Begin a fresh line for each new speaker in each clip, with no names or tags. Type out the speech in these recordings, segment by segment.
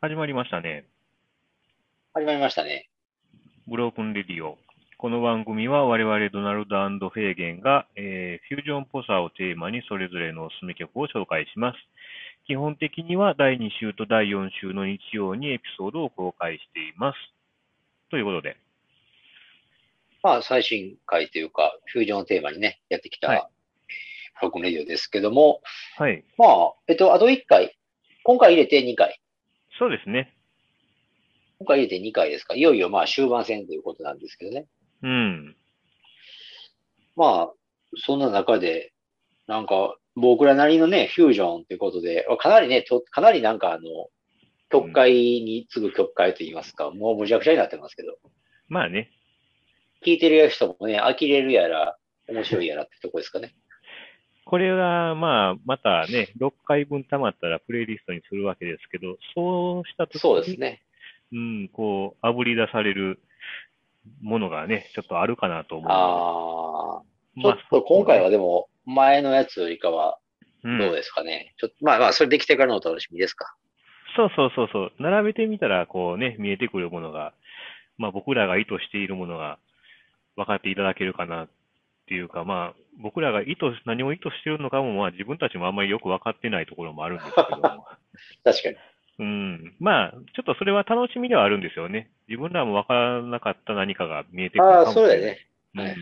始まりましたね。
始まりましたね。
ブロークンレディオ。この番組は我々ドナルドフェーゲンが、えーフュージョンっぽさをテーマにそれぞれのおすすめ曲を紹介します。基本的には第2週と第4週の日曜にエピソードを公開しています。ということで、
まあ、最新回というか、フュージョンをテーマにね、やってきた、
はい
えーブロックンレディオですけども、
はい。
まあ、えっと、あと1回、今回入れて2回、
そうですね。
今回入れて2回ですか、いよいよまあ終盤戦ということなんですけどね。
うん。
まあ、そんな中で、なんか、僕らなりのね、フュージョンということで、かなりね、とかなりなんかあの、曲解に次ぐ曲解と言いますか、もうむちゃくちゃになってますけど、
まあね。
聞いてる人もね、呆れるやら、面白いやらってとこですかね。
これは、まあ、またね、6回分溜まったらプレイリストにするわけですけど、そうしたとき
そうです
に、
ね。
うん、こう、炙り出されるものがね、ちょっとあるかなと思うの
ああ。
で。
ちょっと今回は
ど
でも、前のやつよりかは
うん
どうですかね。ちょっとまあまあ、それできてからのお楽しみですか。
そうそうそうそう。並べてみたら、こうね、見えてくるものが、まあ僕らが意図しているものが分かっていただけるかなっていうか、まあ僕らが意図、何を意図しているのかも、まあ自分たちもあんまりよく分かってないところもあるんですけど も。
確かに。
うん。まあ、ちょっとそれは楽しみではあるんですよね。自分らも分からなかった何かが見えてくるか
あ
も
あ、そうだよね。
うん
はいはい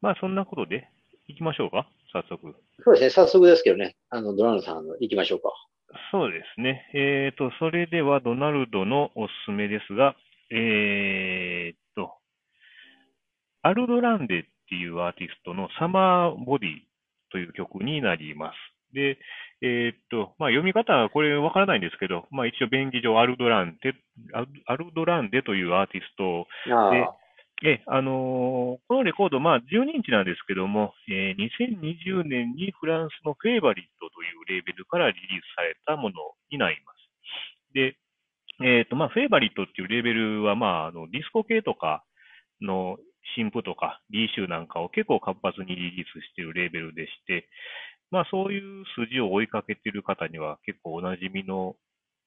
まあそんなことで、行きましょうか、早速。
そうですね。早速ですけどね。あの、ドラムさん、の行きましょうか。
そうですね。えっと、それではドナルドのおすすめですが、えーっと、アルドランデっていうアーティストのサマーボディという曲になります。で、えーっと、まあ、読み方はこれわからないんですけど、まあ、一応便宜上アルドランデ、アルアルドランデというアーティストを
あ
で
あ、
ええ、あのーこのレコード、まあ、12インチなんですけども、えー2020年にフランスのフェイバリットというレーベルからリリースされたものになります。で、えーとまあ、フェイバリットっていうレーベルは、まあ、あのディスコ系とかの新譜とか D 集なんかを結構活発にリリースしているレーベルでして、まあ、そういう筋を追いかけている方には結構おなじみの、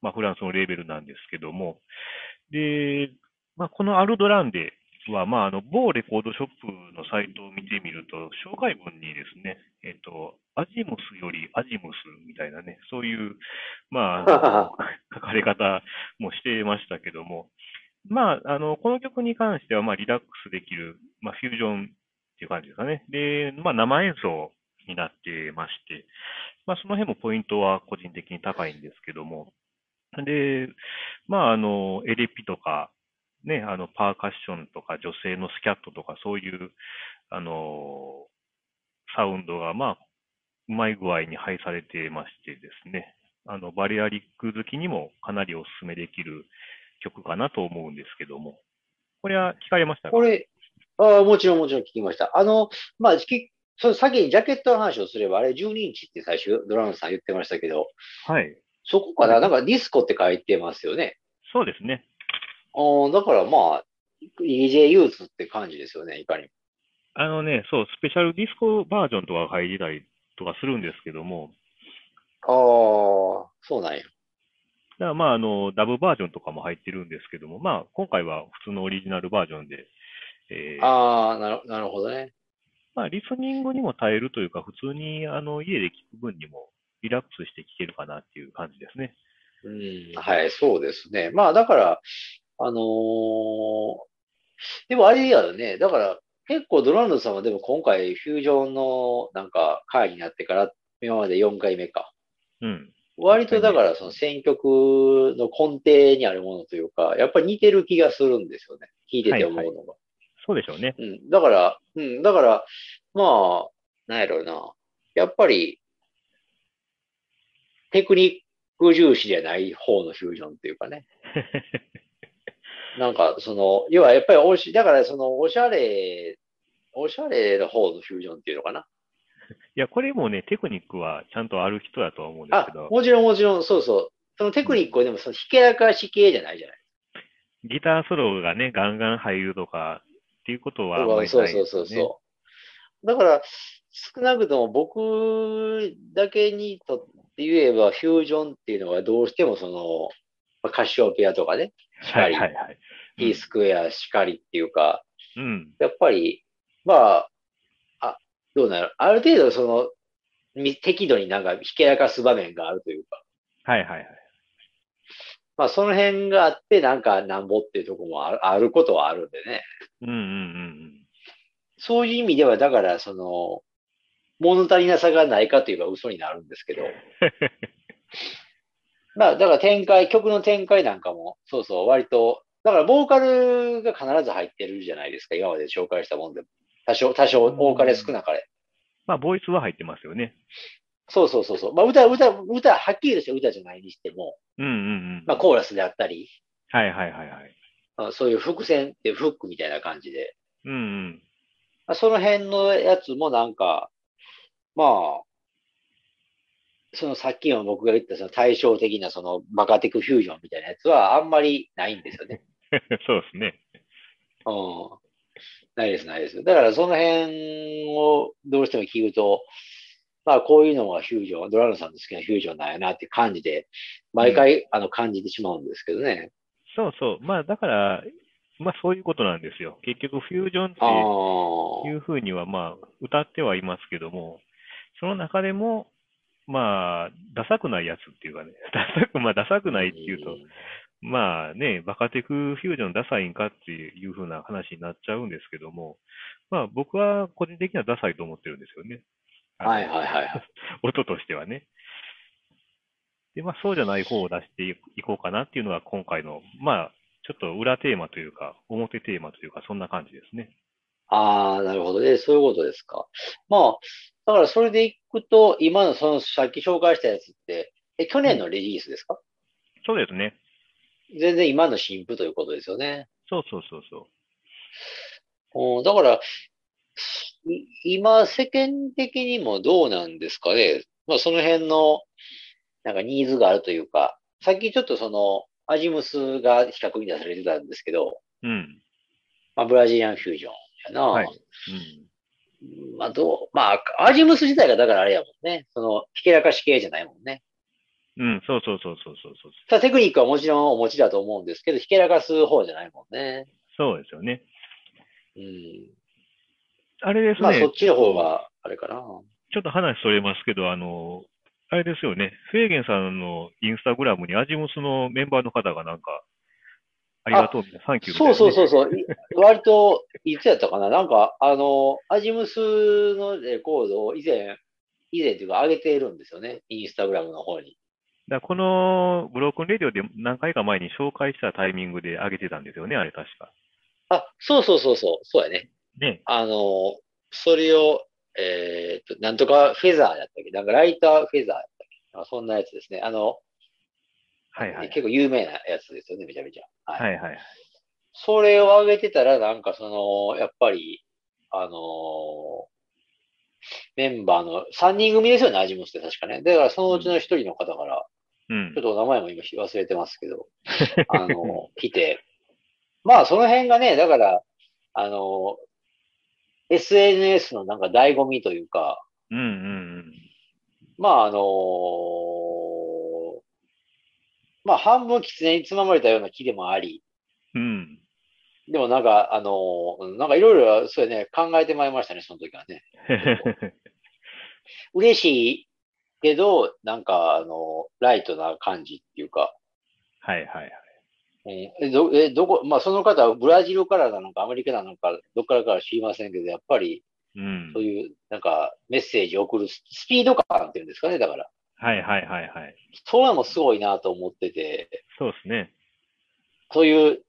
まあ、フランスのレーベルなんですけども、で、まあ、このアルドランデは、まあ、あの某レコードショップのサイトを見てみると、紹介文にですね、えっと、アジムスよりアジムスみたいなね、そういう、まあ、あの書かれ方もしてましたけども、まあ、あのこの曲に関しては、まあ、リラックスできる、まあ、フュージョンっていう感じですかね。で、まあ、生演奏になってまして、まあ、その辺もポイントは個人的に高いんですけども、で、まあ、あの、エレピとか、ね、あの、パーカッションとか、女性のスキャットとか、そういう、あの、サウンドが、まあ、うまい具合に配されてましてですね、あの、バリアリック好きにもかなりお勧めできる曲かなと思うんですけども、これは聞かれましたか
これ、ああ、もちろんもちろん聞きました。あの、まあ、きその先にジャケットの話をすれば、あれ12インチって最初、ドラムさん言ってましたけど、
はい。
そこかななんかディスコって書いてますよね。
そうですね。
ああ、だからまあ、EJ ユースって感じですよね、いかにも。
あのね、そう、スペシャルディスコバージョンとかが入りたりとかするんですけども、
ああ、そうなんや。
だからまあ、あの、ダブバージョンとかも入ってるんですけども、まあ、今回は普通のオリジナルバージョンで、えー
ああ、なるなるほどね。
まあ、リスニングにも耐えるというか、普通にあの家で聞く分にもリラックスして聴けるかなっていう感じですね。
うん、はい、そうですね。まあ、だから、あのーでもあれやよね。だから、結構ドランドさんはでも今回、フュージョンのなんか回になってから、今まで4回目か。
うん。
割とだから、その選曲の根底にあるものというか、やっぱり似てる気がするんですよね。聞いてて思うのが。
はいそうでしょうね。
うん、だから、うん、だから、まあ、なんやろうな。やっぱり、テクニック重視じゃない方のフュージョンっていう かね。なんか、その、要はやっぱりおし、だからその、おしゃれ、おしゃれの方のフュージョンっていうのかな。
いや、これもね、テクニックはちゃんとある人だとは思うんです
あ
けど、、
もちろんもちろん、そうそう。そのテクニックをでも、その、ひけらかし系じゃないじゃない。
ギターソロがね、ガンガン入るとかっていうことはあんまり
そう
ない
そう
です
そ
よ
う
ね。
そう。だから、少なくとも僕だけにとって言えば、フュージョンっていうのはどうしてもその、まあ、カシオペアとかね、しか
はい
り、
はいはい。うん
E スクエアしかりっていうか、
うん。
やっぱり、まあ、あ、どうなるある程度その、み適度になんかひけらかす場面があるというか、
はいはいはい。
まあその辺があって、なんかなんぼっていうところもあるあることはあるんでね。
うんうんうん
そういう意味では、だからその、物足りなさがないかといえば嘘になるんですけど。まあだから展開、曲の展開なんかも、そうそう、割と、だからボーカルが必ず入ってるじゃないですか、今まで紹介したもんでも。多少、多少、多かれ少なかれ。
まあ、ボイスは入ってますよね。
そうそうそうそう。まあ、歌、歌、歌、はっきりとした歌じゃないにしても、
うんうんうん。
まあ、コーラスであったり、
はいはいはいはい。
まあ、そういう伏線ってフックみたいな感じで、
うんう ん。
まあ、その辺のやつもなんか、まあ、そのさっきの僕が言ったその対照的なそのバカテクフュージョンみたいなやつはあんまりないんですよ ね。
そうですね。
うん。ないです、ないです。だからその辺をどうしても聞くと、まあこういうのがフュージョン、ドラムさんの好きなフュージョンなんやなって感じで、毎回あの感じてしまうんですけどね。
そうそう。まあ、だから、まあ、そういうことなんですよ。結局、フュージョンって
ああ。
いうふうには、まあ、歌ってはいますけども、その中でも、まあ、ダサくないやつっていうかね、 ダサく、まあ、ダサくないっていうと、まあね、バカテクフュージョンダサいんかっていうふうな話になっちゃうんですけども、まあ、僕は個人的にはダサいと思ってるんですよね。あの
はいはいはい。
音としてはね。で、まあ、そうじゃない方を出していいこうかなっていうのが今回の、まあ、ちょっと裏テーマというか、表テーマというか、そんな感じですね。
ああ、なるほどね。そういうことですか。まあ、だからそれでいくと、今のそのさっき紹介したやつって、え、去年のリリースですか
そうですね。
全然今の新譜ということですよね。
そうそうそうそう。
うん、だから、い今世間的にもどうなんですかね。まあその辺の、なんかニーズがあるというか、さっきちょっとその、アジムスが比較に出されてたんですけど、
うん。
まあブラジリアンフュージョンやな。
はいうん。
まあ、どう、まあ、アジムス自体がだからあれやもんね。その、ひけらかし系じゃないもんね。
うん、そうそうそうそうそうそう。
ただテクニックはもちろんお持ちだと思うんですけど、ひけらかす方じゃないもんね。
そうですよね。
うん。
あれですね、
まあ、そっちの方が、あれかな。
ちょっと話それますけど、あの、あれですよね、フェーゲンさんのインスタグラムにアジムスのメンバーの方がなんか、ありがとうみたいな、サンキューみたい
そ
な、
うそうそうそう。い 割と、いつやったかな。なんか、あの、アジムスのレコードを以前、以前というか上げているんですよね。インスタグラムの方に。
だからこのブロークンレディオで何回か前に紹介したタイミングで上げてたんですよね、あれ確か。
あ、そうそうそうそう。そうやね。
ね。
あの、それを、えーっと、なんとかフェザーだったっけなんかライターフェザーだったっけあそんなやつですね。あの、
はいはい。
結構有名なやつですよね、めちゃめちゃ。はい。
はいはい。
それを上げてたら、なんかその、やっぱり、あのーメンバーの3人組ですよね、味もして確かね。だからそのうちの1人の方から、
うん
ちょっ。とお名前も今忘れてますけど、あの、 来て、まあその辺がね、だから、あの、SNS のなんか醍醐味というか、
うんうんうん。
まああのまあ半分狐につままれたような木でもあり、
うん。
でもなんか、あのうんなんかいろいろ、そうやね、考えてまいりましたね、その時はね。嬉しいけど、なんか、あの、ライトな感じっていうか、
はいはいはい。
えーえど、え、どこ、まあ、その方はブラジルからなのか、アメリカなのか、どっからかは知りませんけど、やっぱり、
うん
そう。いう、なんか、メッセージを送るススピード感っていうんですかね、だから。
はいはいはいはい。
そういうのもすごいなと思ってて、
そうですね。
そういう、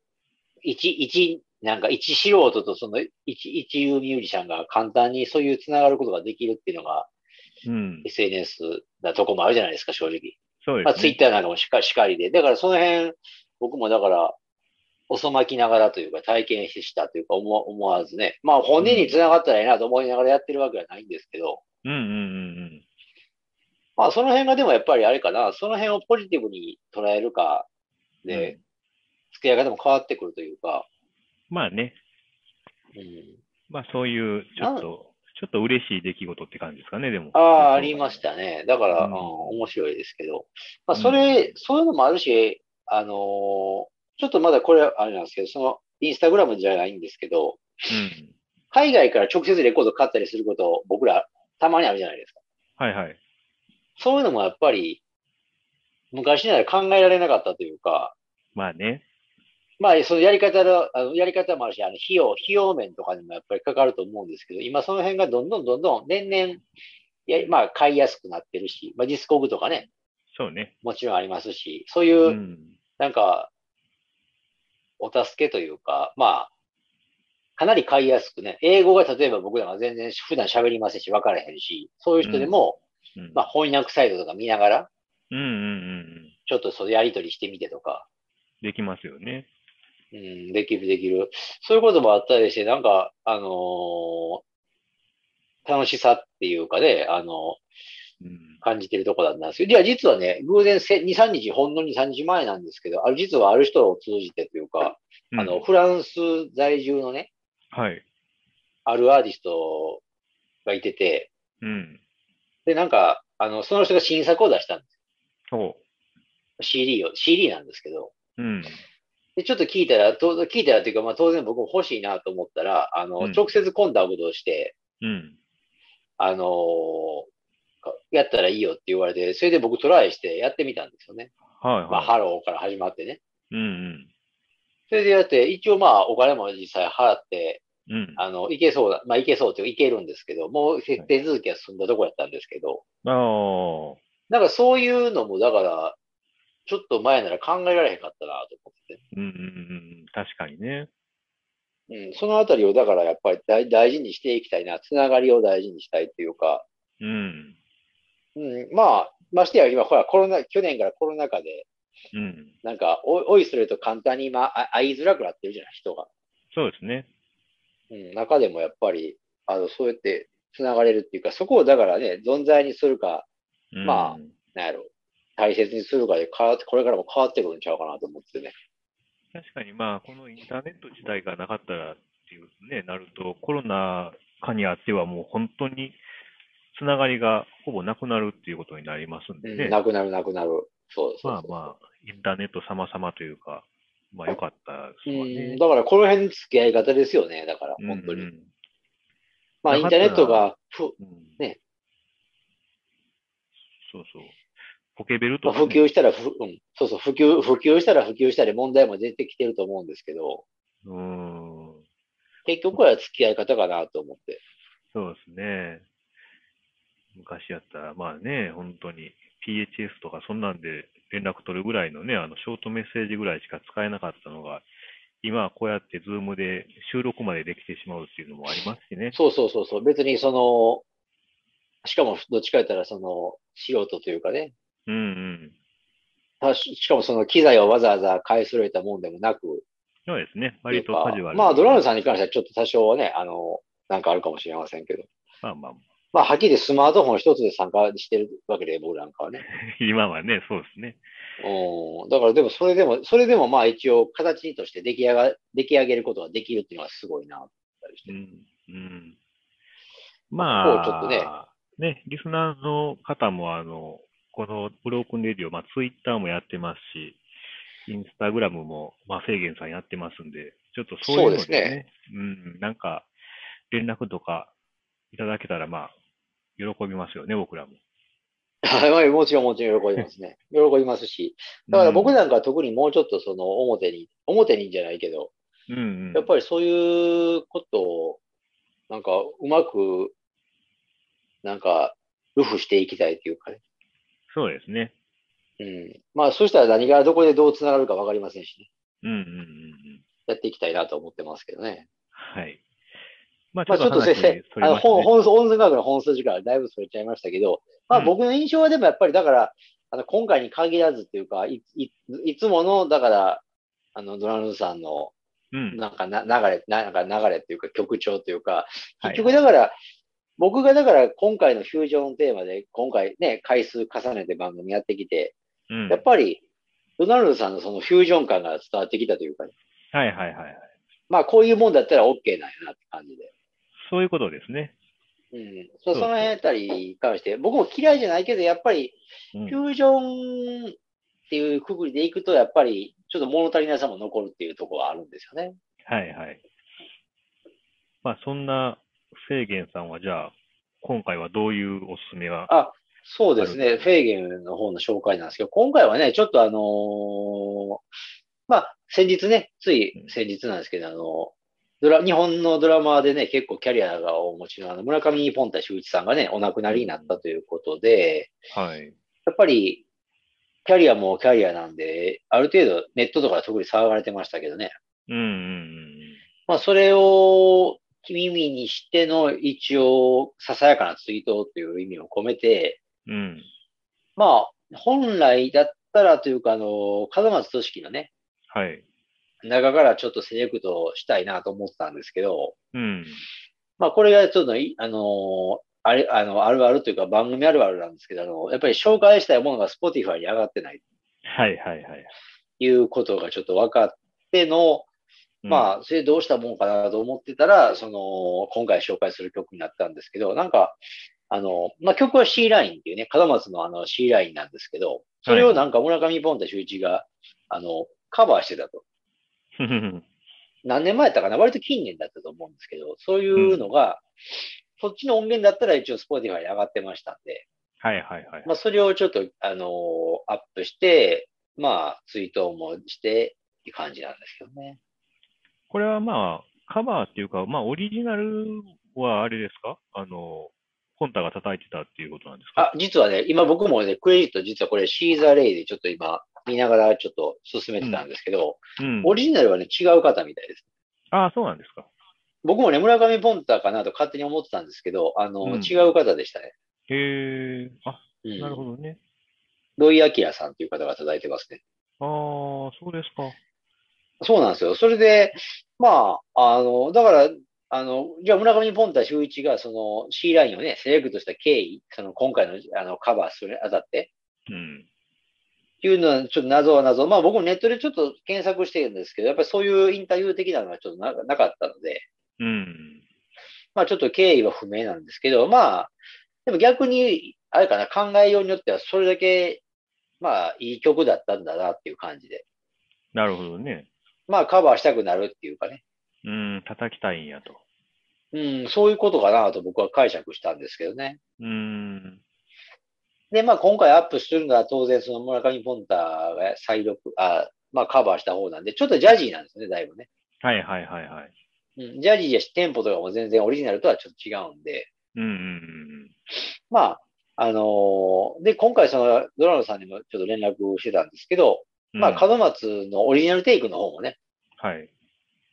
一、一、なんか、一素人とその、一、一流ミュージシャンが簡単にそういうつながることができるっていうのが、
うん。
SNS なとこもあるじゃないですか、正直。
そう
ま
で
あ、
す
ツイッ
ね。
ターなんかもしかしかりで。だからその辺、僕もだから、遅まきながらというか、体験してしたというか思わ、思わずね。まあ、本音につながったらいいなと思いながらやってるわけじゃないんですけど、
うんうんうんうん。
まあ、その辺がでもやっぱりあれかな、その辺をポジティブに捉えるか
う
で
ん、
付き合い方も変わってくるというか、
まあね、
うん、
まあそういう、ちょっと、ちょっと嬉しい出来事って感じですかね、でも。
ああ、ありましたね。だから、
う
うんん、面白いですけど、まあ、
うん
それ、そういうのもあるし、あのーちょっとまだこれはあれなんですけど、その、インスタグラムじゃないんですけど、
うん。
海外から直接レコード買ったりすること、僕らたまにあるじゃないですか。
はいはい。
そういうのもやっぱり、昔なら考えられなかったというか、
まあね。
まあ、そのやり方の、あのやり方もあるし、あの、費用、費用面とかにもやっぱりかかると思うんですけど、今その辺がどんどんどんどん年々、いや、まあ、買いやすくなってるし、まあ、ディスコグとかね、
そうね。
もちろんありますし、そういうう、
ん。
なんか、お助けというか、まあ、かなり買いやすくね、英語が例えば僕らは全然普段喋りませんし、分からへんし、そういう人でも、
うん
まあ、翻訳サイトとか見ながら、
うんうんうんうん。
ちょっとそれやり取りしてみてとか、
できますよね。
うん、できるできる。そういうこともあったりして、なんか、あのー楽しさっていうかね、あの
うん。
感じてるとこだったんですけど、いや、実はね、偶然せ、2、3日、ほんの2、3日前なんですけど、ある、実はある人を通じてというか、
うん
あの、フランス在住のね、
はい。
あるアーティストがいてて、
うん。
で、なんか、あの、その人が新作を出したんで
そ
す。CD を、CD なんですけど、
う。うん。
で、ちょっと聞いたら、と聞いたらというか、まあ当然僕も欲しいなと思ったら、あの、
うん
直接コンタクトして、
うん。
あのーかやったらいいよって言われて、それで僕トライしてやってみたんですよね。
はい
まあ、
は
ハローから始まってね。
い。うん
それでやって、一応まあお金も実際払って、
うん。うん。
あの、いけそうだ、まあいけそうというかいけるんですけど、もう手手続きは進んだとこやったんですけど、
ああ。
なんかそういうのも、だから、ちょっと前なら考えられへんかったなと思って。
うんうんうん。確かにね。
うん、そのあたりを、だからやっぱり大大事にしていきたいな、つながりを大事にしたいっていうか、
うん。
うん、まあ、ましてや今、ほら、コロナ、去年からコロナ禍で、
うん。
なんか、お追いすると簡単に、まあ、あ会いづらくなってるじゃない、人が。
そうですね。
うん、中でもやっぱり、あの、そうやってつながれるっていうか、そこをだからね、存在にするか、
うん
まあなんやろ、大切にするかで変わって、これからも変わってくるんちゃうかなと思ってね。
確かにまあ、このインターネット自体がなかったらっていうね、なると、コロナ禍にあってはもう本当につながりがほぼなくなるっていうことになりますん
う
で
ん
ね。
なくなる、なくなる。そうそうそう
まあまあ、インターネット様々というか、まあ良かったですわ
うん、
ね。
だからこの辺の付き合い方ですよね、だから、
うん
本当に。
うん
まあ、イ
なか
ン
っ
タ
たら
ーネットがふ、
うん
ね
そうそう。ポケベル
ま
と
あ、
か
普
ね、
及したらふ、うん、そうそう、普及、普及したら普及したり問題も出てきてると思うんですけど、
うーん。
結局は付き合い方かなと思って。
そうですね。昔やったら、まあね、本当に PHS とかそんなんで連絡取るぐらいのね、あのショートメッセージぐらいしか使えなかったのが、今はこうやってズームで収録までできてしまうっていうのもありますしね。
そうそうそうそう、別にその、しかもどっちか言ったらその、素人というかね、
うんうん。
たししかもその機材をわざわざ買い揃えたもんでもなく、
そうですね。割と
というか
カジュアルな
まあ、ドラムさんに関してはちょっと多少はね、あの、なんかあるかもしれませんけど、
まあまあ、
まあ、はっきりスマートフォン一つで参加してるわけで、僕なんかはね。
今はね、そうですね。
うん、だからでもそれでも、それでもまあ一応形として出来上が、出来上げることができるっていうのはすごいな、ったりし
う
て。
ん。うん。まあ、
ここをちょっとね
ねリスナーの方も、あの、このブロークンレディオ、まあ、ツイッターもやってますし、インスタグラムも、まあ、制限さんやってますんで、ちょっとそういうの
そう
でね、
です
うん、なんか、連絡とかいただけたら、まあ、喜びますよね、僕らも。
はい、もちろんもちろん喜びますね。喜びますし。だから僕
うん、
なんかは特にもうちょっとその表に、表にじゃないけど、
うんうん、
やっぱりそういうことを、なんかうまく、なんか、ルフしていきたいっていうかね。
そうですね。
うん。まあ、そしたら何がどこでどう繋がるかわかりませんしね。
うんうんうんうん。
やっていきたいなと思ってますけどね。
はい。まあ、
まあちょっと先生、あの本、本数、音声学の本数時間はだいぶそれちゃいましたけど、まあ
うん
僕の印象はでもやっぱりだから、あの今回に限らずっていうか、いいいつもの、だから、あの、ドラムさんの、
うん、
なんかな流れ、なんか流れっていうか曲調というか、結局
はいは
だから、僕がだから今回のフュージョンテーマで、今回ね、回数重ねて番組やってきて、
いうん
やっぱり、ドナルドさんのそのフュージョン感が伝わってきたというか、
はいはいはいはい。
まあこういうもんだったら OK なんやなって感じで。
そういうことですね。
うん、
そ
そう
う
その辺あたりに関して、僕も嫌いじゃないけど、やっぱり
うん
フュージョンっていうくぐりでいくと、やっぱりちょっと物足りなさも残るっていうところはあるんですよね。
はいはい。まあ、そんなフェーゲンさんは、じゃあ、今回はどういうおすすめが
あ、そうです
な
ね。
る
フェーゲンの方の紹介なんですけど、今回はね、ちょっとあのーまあ、先日ね、つい先日なんですけど、あのドラ、日本のドラマーでね、結構キャリアがお持ちのあの村上ポンタ秀一さんがね、お亡くなりになったということで、
はい。
やっぱり、キャリアもキャリアなんで、ある程度ネットとかで特に騒がれてましたけどね。
うんうん
まあ、それを耳にしての一応、ささやかな追悼という意味を込めて、
うん。うん。
まあ、本来だったらというか、あの、風松俊樹のね、
はい。
中からちょっとセレクトしたいなと思ってたんですけど、
うん。
まあ、これがちょっとい、あの、あれ、あの、あるあるというか番組あるあるなんですけど、あの、やっぱり紹介したいものが Spotify に上がってないと
はいはいはい。
いうことがちょっと分かっての、 まあ、それどうしたもんかなと思ってたら、その、今回紹介する曲になったんですけど、なんか、あの、まあ、曲は C ラインっていうね、門松のあの C ラインなんですけど、それをなんか村上ポンタ秀一が、あの、カバーしてたと。
あ、うん。
何年前だったかな割と近年だったと思うんですけど、そういうのが、そっちの音源だったら一応 Spotify に上がってましたんで、
はいはいはい。
まあ、それをちょっと、あのアップして、まあ、ツイートもして、って感じなんですけどね。
これはまあ、カバーっていうか、まあ、オリジナルはあれですかあの、コンタが叩いてたっていうことなんですか
あ、実はね、今僕もね、クレジット実はこれシーザーレイでちょっと今見ながらちょっと進めてたんですけど、
うん。
オリジナルはね、違う方みたいです。
ああ、そうなんですか。
僕もね、村上ポンタかなと勝手に思ってたんですけど、あの、
うん
違う方でしたね。
へえ。あ、
うん、
なるほどね。
土井明さんという方が叩いてますね。
ああ、そうですか。
そうなんですよ。それで、まあ、あの、だから、あの、じゃあ村上ポンタ秀一がその C ラインをね、セレクトした経緯、その今回のあのカバーするにあたって、
うん。
っていうのはちょっと謎は謎。まあ僕もネットでちょっと検索してるんですけど、やっぱりそういうインタビュー的なのはちょっとななかったので、
うん。
まあちょっと経緯は不明なんですけど、まあ、でも逆に、あれかな、考えようによってはそれだけ、まあいい曲だったんだなっていう感じで。
なるほどね。
まあカバーしたくなるっていうかね。
うん、叩きたいんやと。
うん、そういうことかなと僕は解釈したんですけどね。
うん。
で、まあ今回アップするのは当然その村上ポンタが再録、あまあカバーした方なんで、ちょっとジャジーなんですね、だいぶね。
はいはいはいはい。
うん、ジャジーやし、テンポとかも全然オリジナルとはちょっと違うんで、
うんうん
まあ、あのーで、今回そのドラノさんにもちょっと連絡してたんですけど、
うん。
ま
うん
あ門松のオリジナルテイクの方もね、
はい。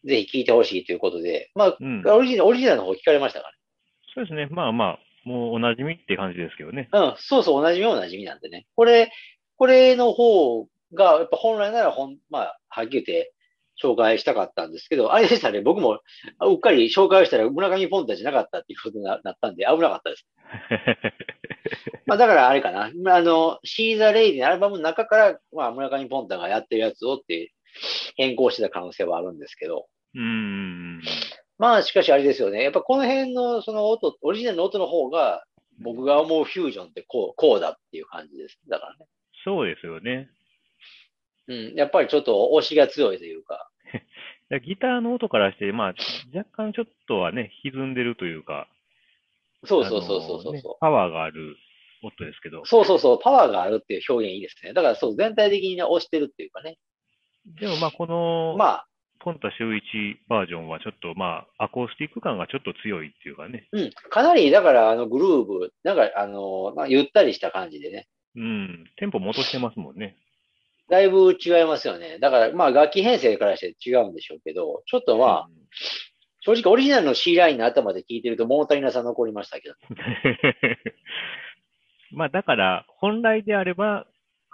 ぜひ聞いてほしいということで、まあ、
うん。
オリジナル、オリジナルの方聞かれましたか
そうですね。まあまあ、もうおなじみって感じですけどね。
ら、ね。うん、そうそう、同じみは同じみなんでね。これ、これの方が、やっぱ本来なら本、まあ、はっきり言って、紹介したかったんですけど、あれでしたね、僕も、あうっかり紹介したら村上ポンタじゃなかったっていうことにななったんで、危なかったです。まあだからあれかな。まああの、シーザー・レイディのアルバムの中から、まあ村上ポンタがやってるやつをって変更してた可能性はあるんですけど。
うん。
まあしかしあれですよね。やっぱこの辺のその音、オリジナルの音の方が、僕が思うフュージョンってこう、こうだっていう感じです。だからね。
そうですよね。
うん。やっぱりちょっと推しが強いというか。
でギターの音からして、まあ、若干ちょっとはね、歪んでるというか、
そうそうそうそうそ
あの
う
ね
そう。
パワーがある音ですけど、
そうそうそう、パワーがあるっていう表現いいですね。だからそう、全体的にね、推してるっていうかね。
でもまあ、この、
まあ、
ポンタ秀一バージョンはちょっとまあ、アコースティック感がちょっと強いっていうかね。
うん。かなり、だからあのグルーブ、なんかあの、まあ、ゆったりした感じでね。
うん。テンポも落としてますもんね。
だいぶ違いますよね。だから、まあ、楽器編成からして違うんでしょうけど、ちょっとまあ、
うん
正直オリジナルの C ラインの頭で聞いてると物足りなさ残りましたけど。
まあだから、本来であれば、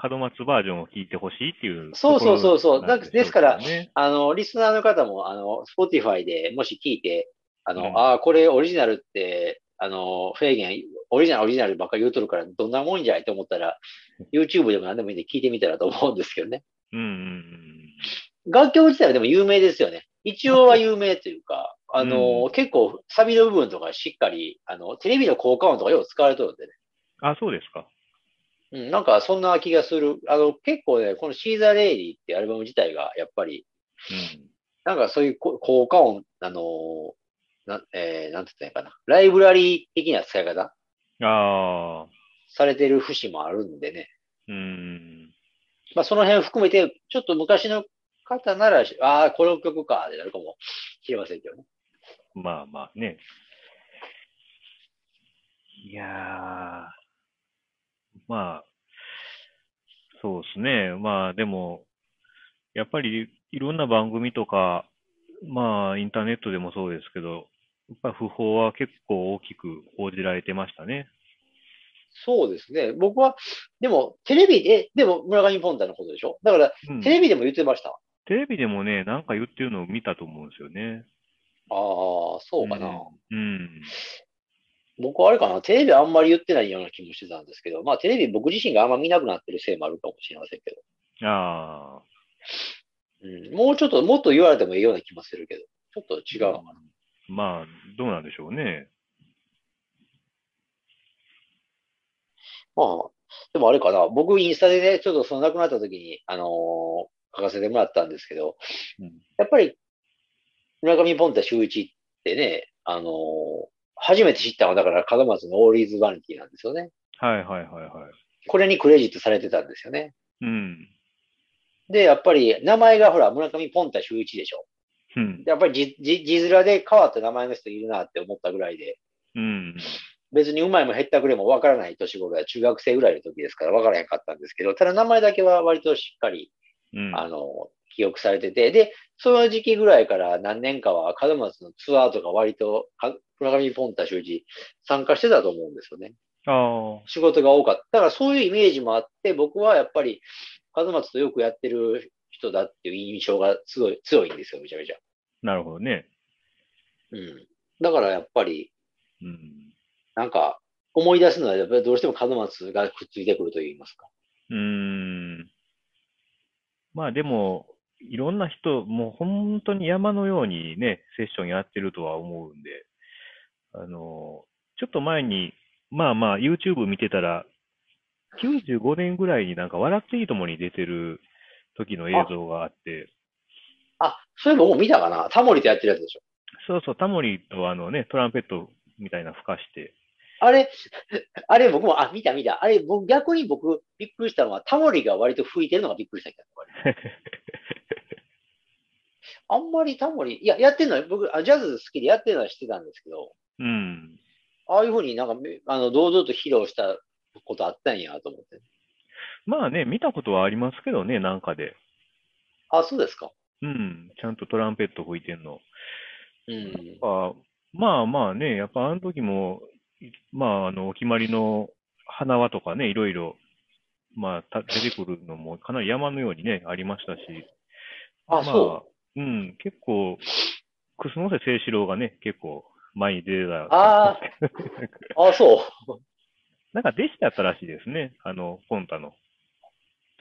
門松バージョンを聴いてほしいっていう
そうそうそうそ
と
う
ころなんしょ
ですから
ね
あの、リスナーの方も、あの、Spotify でもし聞いて、あの、
うん
ああ、これオリジナルって、あの、フェーゲン、オリジナル、オリジナルばっかり言うとるから、どんなもんじゃいと思ったら、YouTube でも何でもいいんで聞いてみたらと思うんですけどね。
うんうんうん。
楽曲自体はでも有名ですよね。一応は有名というか、あの、
う
結構サビの部分とかしっかり、あの、テレビの効果音とかよく使われてるんでね。
あ、そうですか。
ううん、なんかそんな気がする。あの、結構ね、このシーザー・レイリーってアルバム自体が、やっぱり、なんかそういうこ効果音、あのーな、えーなんて言ったらいいかな。ライブラリー的な使い方
うん。ああ、
されてる節もあるんでね。
うん。
まあその辺を含めて、ちょっと昔の方なら、ああ、この曲か、ってなるかもしれませんけどね。
まあまあね。いやー、まあ、そうですね。まあでも、やっぱりいろんな番組とか、まあインターネットでもそうですけど、やっぱ不法は結構大きく報じられてましたね。
そうですね。僕は、でも、テレビで、でも村上ポンタのことでしょだから、
うん
テレビでも言ってました。
テレビでもね、なんか言ってるのを見たと思うんですよね。
ああ、そうかな。
うん。
僕はあれかな、テレビあんまり言ってないような気もしてたんですけど、まあテレビ僕自身があんま見なくなってるせいもあるかもしれませんけど、
ああ。
うん、もうちょっと、もっと言われてもいいような気もするけど、ちょっと違うのかな。
まあ、どうなんでしょうね。
まあ、でもあれかな、僕インスタでね、ちょっとその亡くなった時に、あのー書かせてもらったんですけど、
うん
やっぱり、村上ポンタ周一ってね、あのー初めて知ったのは、だから門松のオーリーズ・バニティなんですよね。
はいはいはいはい。
これにクレジットされてたんですよね。
うん。
で、やっぱり名前がほら、村上ポンタ周一でしょ。
うん。
やっぱりじ、じ、字面で変わった名前の人いるなって思ったぐらいで、
うん。
別にうまいも減ったくれもわからない年頃や中学生ぐらいの時ですからわからへんかったんですけど、ただ名前だけは割としっかり、
うん。
あの、記憶されてて、で、その時期ぐらいから何年かは門松のツアーとか割と、か村上ポンタ周知参加してたと思うんですよね。
あ
仕事が多かった。だからそういうイメージもあって、僕はやっぱり門松とよくやってる人だっていう印象がすごい強いんですよ、めちゃめちゃ。
あ、なるほどね。
うん。だからやっぱり、
うん。
なんか、思い出すのは、やっぱりどうしても門松がくっついてくると言いますか。
うーん。まあでも、いろんな人、もう本当に山のようにね、セッションやってるとは思うんで、あの、ちょっと前に、まあまあ YouTube 見てたら、95年ぐらいになんか笑っていいともに出てる時の映像があって、
あ、そういえばもう見たかなタモリとやってるやつでしょ。
そうそう、タモリとあのね、トランペットみたいな吹かして、
あれ、 あれ僕も、あ、見た見た。あれ、僕、逆に僕、びっくりしたのは、タモリが割と吹いてるのがびっくりしたけど、あれあんまりタモリ、いや、やってるのは、僕、あジャズ好きでやってるのは知ってたんですけど、
うん。
ああいうふうになんか、めあの、堂々と披露したことあったんやと思って。
まあね、見たことはありますけどね、なんかで。
あ、そうですか。
うん、ちゃんとトランペット吹いてんの。
うん。
あまあまあね、やっぱあの時も、いまああの、お決まりの花輪とかね、いろいろ、まあた出てくるのもかなり山のようにね、ありましたし、
あ、
ま
そう。
あ、うん、結構、楠瀬清志郎がね、結構前に出てた。
ああ、そう。
なんか弟子だったらしいですね、あの、ポンタの。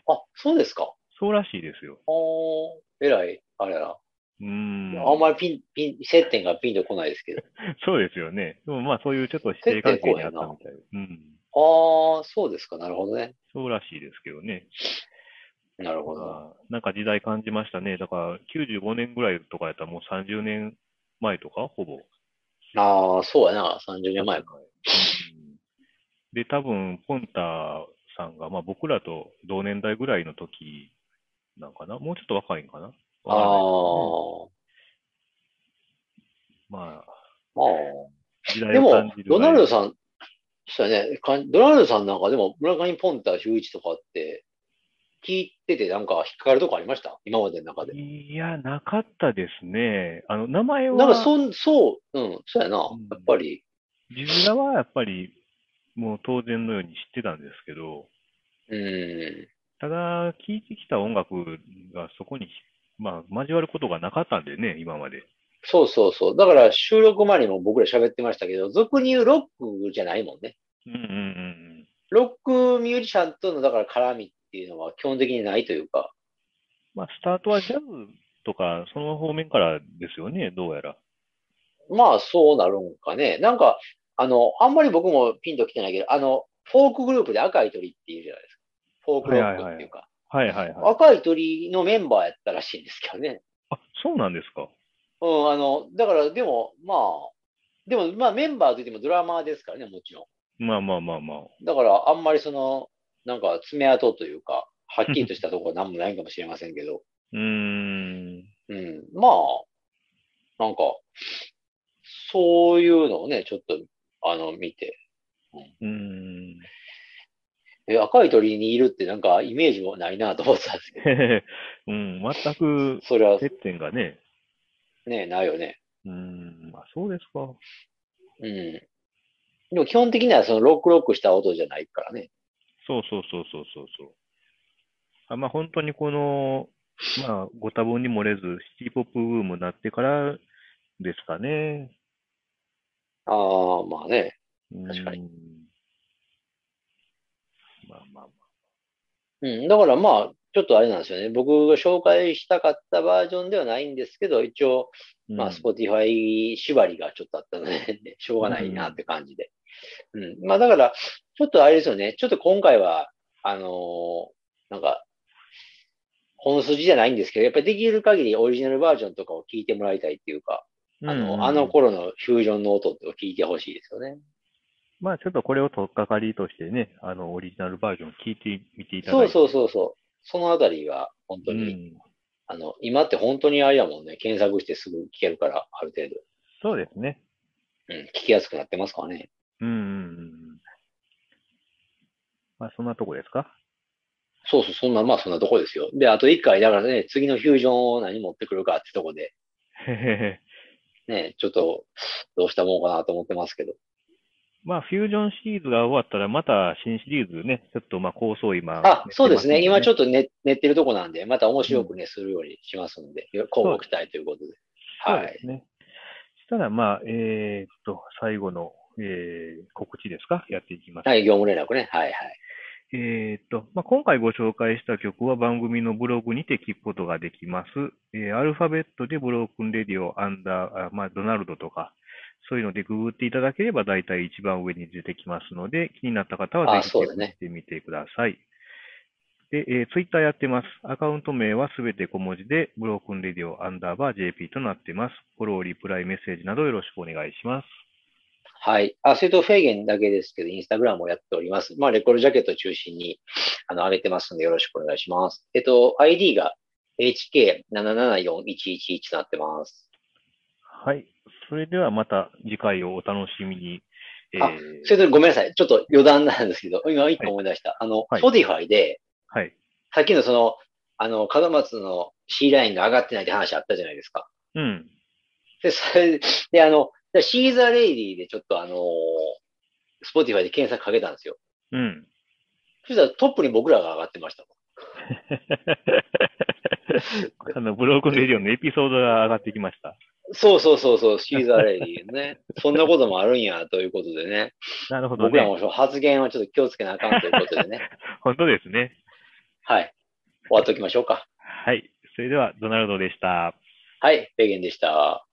あ、そうですか。
そうらしいですよ。
おー、えらい、あれやな。
うん。
あんまりピン、ピン、接点がピンとこないで すけど。
そうですよね。でもまあそういうちょっと指定関係にあったみたいです。うん。
ああ、そうですか。なるほどね。
そうらしいですけどね。
なるほど。
まあなんか時代感じましたね。だから95年ぐらいとかやったらもう30年前とか、ほぼ。
ああ、そうやな。30年前か。
うんで、多分、ポンタさんが、まあ僕らと同年代ぐらいの時なんかな。もうちょっと若いんかな。
ああ、
まあ、
ま
時
あ。
代
で
を
も
感じ、る
ドナルド
ライ
さん、そうやね。かんドナルドさんなんかでも、村上ポンタ、周一とかって、聞いててなんか引っかかるとこありました今までの中
ブ
で。
いや、なかったですね。あの、名前は、
なんか、そん、そう、うん、そうやな。
ん
やっぱり、
ジズラはやっぱり、もう当然のように知ってたんですけど、
うん。
ただ、聴いてきた音楽がそこに、まあ、交わることがなかったんでね、今まで。
そうそうそう。だから収録前にも僕ら喋ってましたけど、俗に言うロックじゃないもんね。
うんうんうん
ロックミュージシャンとのだから絡みっていうのは基本的にないというか、
うん。まあ、スタートはジャズとか、その方面からですよね、どうやら。
まあそうなるんかね。なんか、あの、あんまり僕もピンときてないけど、あの、フォークグループで赤い鳥っていうじゃないですか。フォークロックっていうか。
はいはいはい。
赤い鳥のメンバーやったらしいんですけどね。
あ、そうなんですか。
うん、あの、だからでも、まあ、でも、まあメンバーといってもドラマーですからね、もちろ
まあまあまあまあ。
ん。だからあんまりその、なんか爪痕というか、はっきりとしたところは何もないかもしれませんけど、
うーん。
うん、まあ、なんか、そういうのをね、ちょっと、あの、見て、
うーん。
え、赤い鳥にいるってなんかイメージもないなと思ってたんですけど、
へへへうん、全く
それは
接点がね。
ね、ないよね。
うーん、まあそうですか。
うん。でも基本的にはそのロックロックした音じゃないからね。
そうそうそうそうそうそう。あまあ本当にこの、まあご多忙に漏れず、シティポップブームになってからですかね。
ああ、まあね。確か
に。まあまあまあ。
うん。だからまあ、ちょっとあれなんですよね。僕が紹介したかったバージョンではないんですけど、一応、
うん
まあ、スポティファイ縛りがちょっとあったので、 しょうがないなって感じで。うん。まあ、だから、ちょっとあれですよね。ちょっと今回は、あのーなんか、本筋じゃないんですけど、やっぱりできる限りオリジナルバージョンとかを聞いてもらいたいっていうか、あ
うん
の、あの頃のフュージョンの音を聞いてほしいですよね。
まあちょっとこれを取っかかりとしてね、あのオリジナルバージョン聞いてみていただ
そ
いうて。
そうそうそう。そのあたりが、本当
う
に、
ん。
あの、今って本当にあれだもんね。検索してすぐ聞けるから、ある程度。
そうですね。
うん、聞きやすくなってますからね。
うんうんうんうん。まあそんなとこですか
そうそう、そんな、まあそんなとこですよ。で、あと一回、だからね、次のフュージョンを何持ってくるかってとこで、
へへへ。
ね、ちょっと、どうしたもんかなと思ってますけど。
まあ、フュージョンシリーズが終わったら、また新シリーズね、ちょっとまあ構想を今、
あ、そうですね。今ちょ
っ
っとね練ってるとこなんで、また面白くね、するようにしますので、広告隊ということで。
とそう
はい
で。すね。したら、まあ、えーっと、最後の、えー告知ですかやっていきます。
はい、業務連絡ね。はいはい。
えーっと、まあ、今回ご紹介した曲は番組のブログにて聞くことができます。えーアルファベットでブロークンレディオ、アンダー、あまあ、ドナルドとか、そういうのでググっていただければ大体一番上に出てきますので、気になった方はぜ
あ
ひチ
そ
ェ
う
ッ
だ
ク
ね
してみてください。で、えツイッター Twitter やってます。アカウント名はすべて小文字で、ブロークンレディオアンダーバー JP となってます。フォロー、リプライ、メッセージなどよろしくお願いします。
はい。アセトフェーゲンだけですけど、インスタグラムをやっております。まあ、レコードジャケットを中心に、あの、上げてますので、よろしくお願いします。えっと、ID が HK774111 となってます。
はい。それではまた次回をお楽しみに。え
あそれとごめんなさい。ちょっと余談なんですけど、今一個思い出した。あの、
はい
Spotify で、
はい。
さっきのその、あの、門松の C ラインが上がってないって話あったじゃないですか。
うん。
で、それで、あの、じゃあシーザーレイディでちょっとあの、Spotify で検索かけたんですよ。
うん。
そしたらトップに僕らが上がってました。
あの、ブロークンレディオのエピソードが上がってきました。
そうそうそうそう、シーザーレイディ ね。そんなこともあるんや、ということでね。
なるほど
僕ら
ね。
も発言はちょっと気をつけなあかんということでね。
本当ですね。
はい。終わっておきましょうか。
はい。それでは、ドナルドでした。
はい、ペゲンでした。